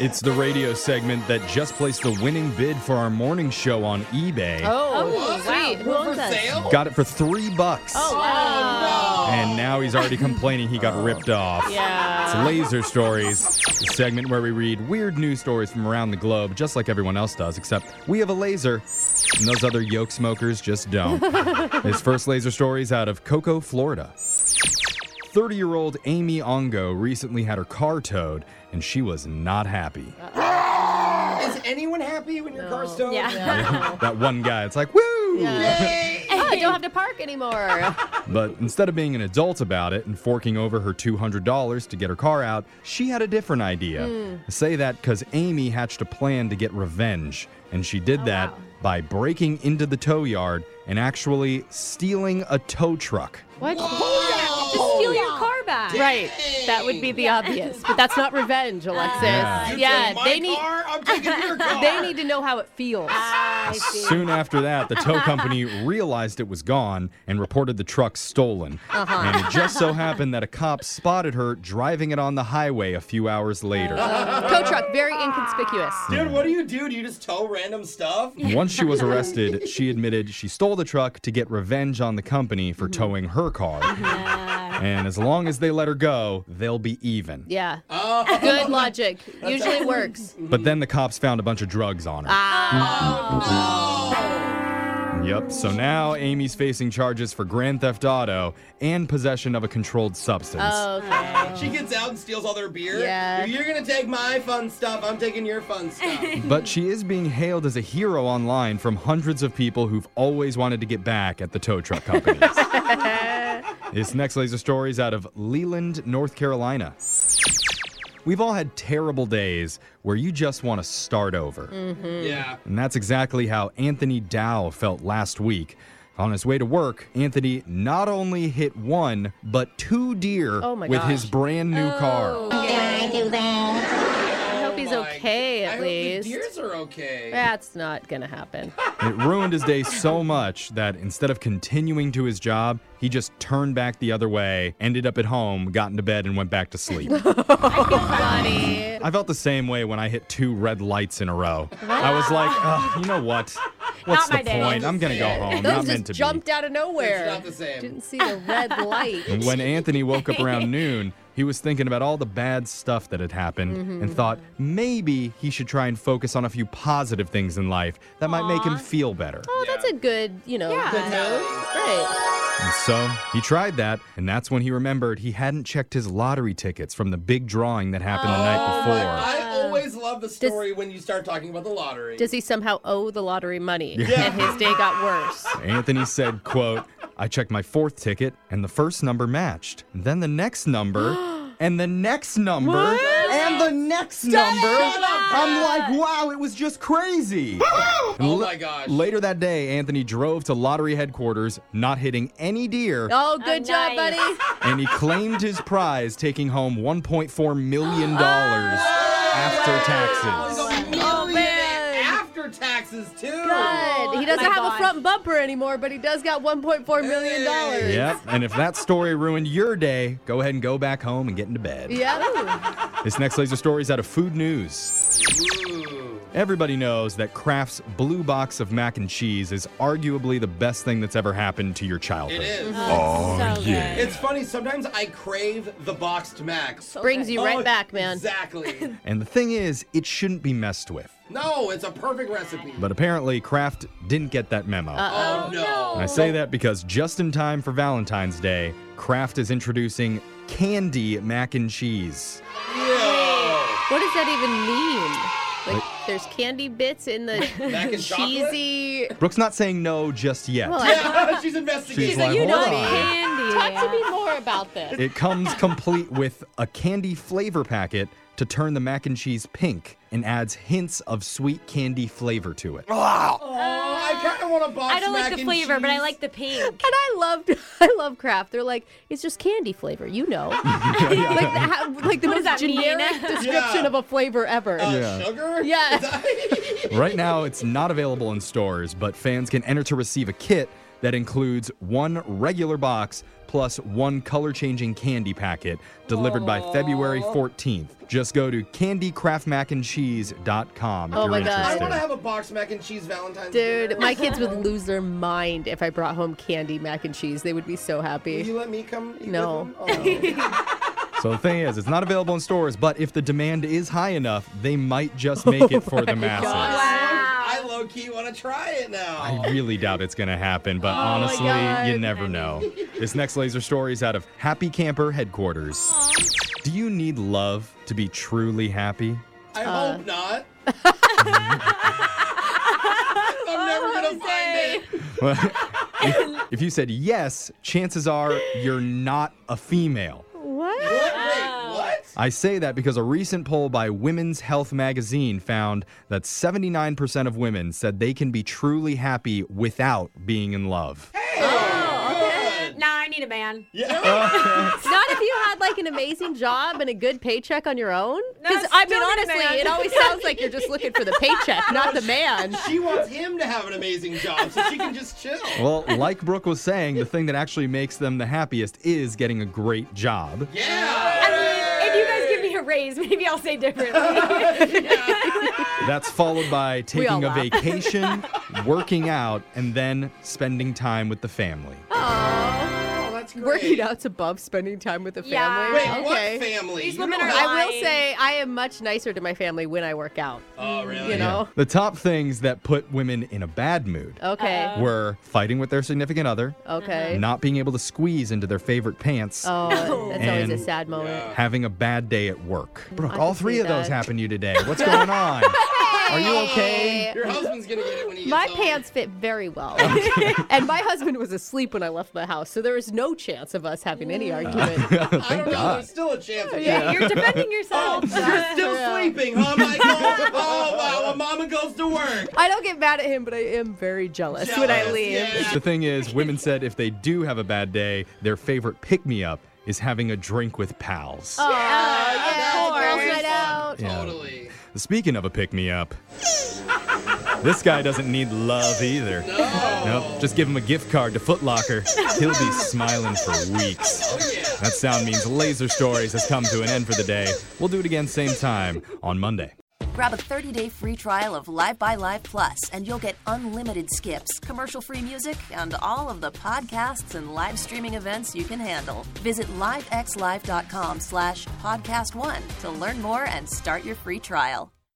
It's the radio segment that just placed the winning bid for our morning show on eBay. Oh, sweet. Who for owns us? sale? Got it for three bucks. Oh, Oh, And now he's already complaining he got ripped off. Yeah. It's Laser Stories, the segment where we read weird news stories from around the globe, just like everyone else does, except we have a laser, and those other yoke smokers just don't. His first laser story is out of Cocoa, Florida. 30 year old Amy Ongo recently had her car towed, and she was not happy. no. Is anyone happy when your car's towed? Yeah. that one guy, it's like, woo! Yay! Oh, I don't have to park anymore. But instead of being an adult about it and forking over her $200 to get her car out, she had a different idea. I say that because Amy hatched a plan to get revenge, and she did that by breaking into the tow yard and actually stealing a tow truck. What? Oh, Just steal your car back. Right. That would be the obvious. But that's not revenge, Alexis. Yeah. Uh, You took yeah, my they need car, I'm taking your car. they need to know how it feels. Soon after that, the tow company realized it was gone and reported the truck stolen. And it just so happened that a cop spotted her driving it on the highway a few hours later. Tow truck, very inconspicuous. Dude, what do you do? Do you just tow random stuff? Once she was arrested, she admitted she stole the truck to get revenge on the company for towing her car. And as long as they let her go, they'll be even. Yeah. Oh, Good logic. Usually works. But then the cops found a bunch of drugs on her. Yep, so now Amy's facing charges for grand theft auto and possession of a controlled substance. Oh. Okay. she gets out and steals all their beer. Yeah. You're gonna take my fun stuff. I'm taking your fun stuff. But she is being hailed as a hero online from hundreds of people who've always wanted to get back at the tow truck companies. this next laser story is out of Leland, North Carolina. We've all had terrible days where you just want to start over. Mm. yeah. And that's exactly how Anthony Dow felt last week. On his way to work, Anthony not only hit one, but two deer Oh my with gosh. Oh. his brand new car. I hope he's Oh my- okay at I least. Hope the deers are okay. That's not gonna happen. It ruined his day so much that instead of continuing to his job, he just turned back the other way, ended up at home, got into bed, and went back to sleep. Funny. I felt the same way when I hit two red lights in a row. I was like, "Ugh, you know what? What's Not the my day. point? I'm going to go home. Not Those meant just to jumped be. out of It's nowhere. not the same. Didn't see the red light. And when Anthony woke up around noon, he was thinking about all the bad stuff that had happened and thought maybe he should try and focus on a few positive things in life that might make him feel better. Oh, that's a good, you know, Yeah. good move. Right. And so he tried that, and that's when he remembered he hadn't checked his lottery tickets from the big drawing that happened the Oh, night I always love the story when you start talking about the lottery. Does he somehow owe the lottery money? And his day got worse. before. Anthony said, quote, I checked my fourth ticket, and the first number matched. And then the next number, and the next number, and the next number. I'm like, wow, it was just crazy. oh my gosh. Later that day, Anthony drove to lottery headquarters, not hitting any deer, Oh, good job, nice. buddy. and he claimed his prize, taking home $1.4 million after taxes. Oh, man. After taxes too. Good. He doesn't my have a God. front bumper anymore, but he does got 1.4 million dollars. Hey. Yep. And if that story ruined your day, go ahead and go back home and get into bed. Yeah. This next laser story is out of Food News. Ooh. Everybody knows that Kraft's blue box of mac and cheese is arguably the best thing that's ever happened to your It childhood. is. Uh, Oh, yeah. It's funny. Sometimes I crave the boxed mac. Brings you Oh, right back, man. Exactly. And the thing is, it shouldn't be messed with. no, it's a perfect recipe. But apparently, Kraft didn't get that memo. oh And I say that because just in time for Valentine's Day, Kraft is introducing candy mac and cheese. Ew. What does that even mean? Like, there's candy bits in the Mac and cheesy. Brooke's not saying no just yet. Well, I- Yeah, she's She's investigating. like, You hold know, on. candy. Talk to me more about this. It comes complete with a candy flavor packet to turn the mac and cheese pink and adds hints of sweet candy flavor to it. oh, I kind of want a boxed I don't mac like the and flavor, but I cheese. like the pink. And I loved, I love Kraft. They're like, it's just candy flavor, you know. like, the, ha- like the What does that most mean? generic description Yeah. of a flavor ever. Uh, Yeah. Sugar? Yeah. Is that- Right now, it's not available in stores, but fans can enter to receive a kit that includes one regular box plus one color changing candy packet delivered by February 14th. Just go to candycraftmacandcheese.com if Oh you're my God. interested. I want to have a box mac and cheese Valentine's Dude, dinner. my kids would lose their mind if I brought home candy mac and cheese. They would be so Will happy. you let me come? eat No. with them? Oh, So the thing is, it's not available in stores, but if the demand is high enough, they might just make it for the Oh. masses. Wow. I low key want to try it now. I really doubt it's going to happen, but Oh my honestly, God. you never know. This next laser story is out of Happy Camper headquarters. Do you need love to be truly happy? I Uh. hope not. I'm never gonna find it. Well, if, if you said yes, chances are you're not a female. What? What? Wait, what? I say that because a recent poll by Women's Health magazine found that 79% of women said they can be truly happy without being in love. Good. Nah, I need a man. Yeah. Not if you had like an amazing job and a good paycheck on your own. Because No, I mean, still need a honestly, it man. always sounds like you're just looking for the paycheck, not the man. She wants him to have an amazing job so she can just chill. Well, like Brooke was saying, the thing that actually makes them the happiest is getting a great job. I Yeah. mean, if you guys give me a raise, maybe I'll say differently. That's followed by all taking a laugh. vacation, working out, and then spending time with the family. Oh, that's great. Working out's above spending time with the family. Yeah. Wait, Okay. what family? These You women don't are have- I will Fine. say I am much nicer to my family when I work out. Oh, really? You know? Oh. The top things that put women in a bad mood Okay. Oh. Uh-oh. were fighting with their significant other, Uh-huh. Okay. not being able to squeeze into their favorite pants, Oh, that's And- always a sad moment. Yeah. having a bad day at work. Brooke, I all can see three of those that. happened to you today. What's going on? Are you okay? Your husband's gonna get it when he gets My home. pants fit very well. and my husband was asleep when I left the house, so there was no chance of us having any argument. I don't Thank know. God. There's still a chance. of Yeah, Oh, that. You're defending yourself. You're still sleeping, huh, Michael? oh wow, well, Mama goes to work. I don't get mad at him, but I am very jealous, when I Jealous, leave. yeah. The thing is, women said if they do have a bad day, their favorite pick me up is having a drink with pals. Oh, yeah, yeah, girls girls' night night out. Yeah. Totally. Speaking of a pick me up, this guy doesn't need love either. No. Nope, just give him a gift card to Foot Locker. He'll be smiling for weeks. That sound means Laser Stories has come to an end for the day. We'll do it again same time on Monday. Grab a 30-day free trial of Live by Live Plus, and you'll get unlimited skips, commercial-free music, and all of the podcasts and live streaming events you can handle. Visit livexlive.com slash podcast one to learn more and start your free trial.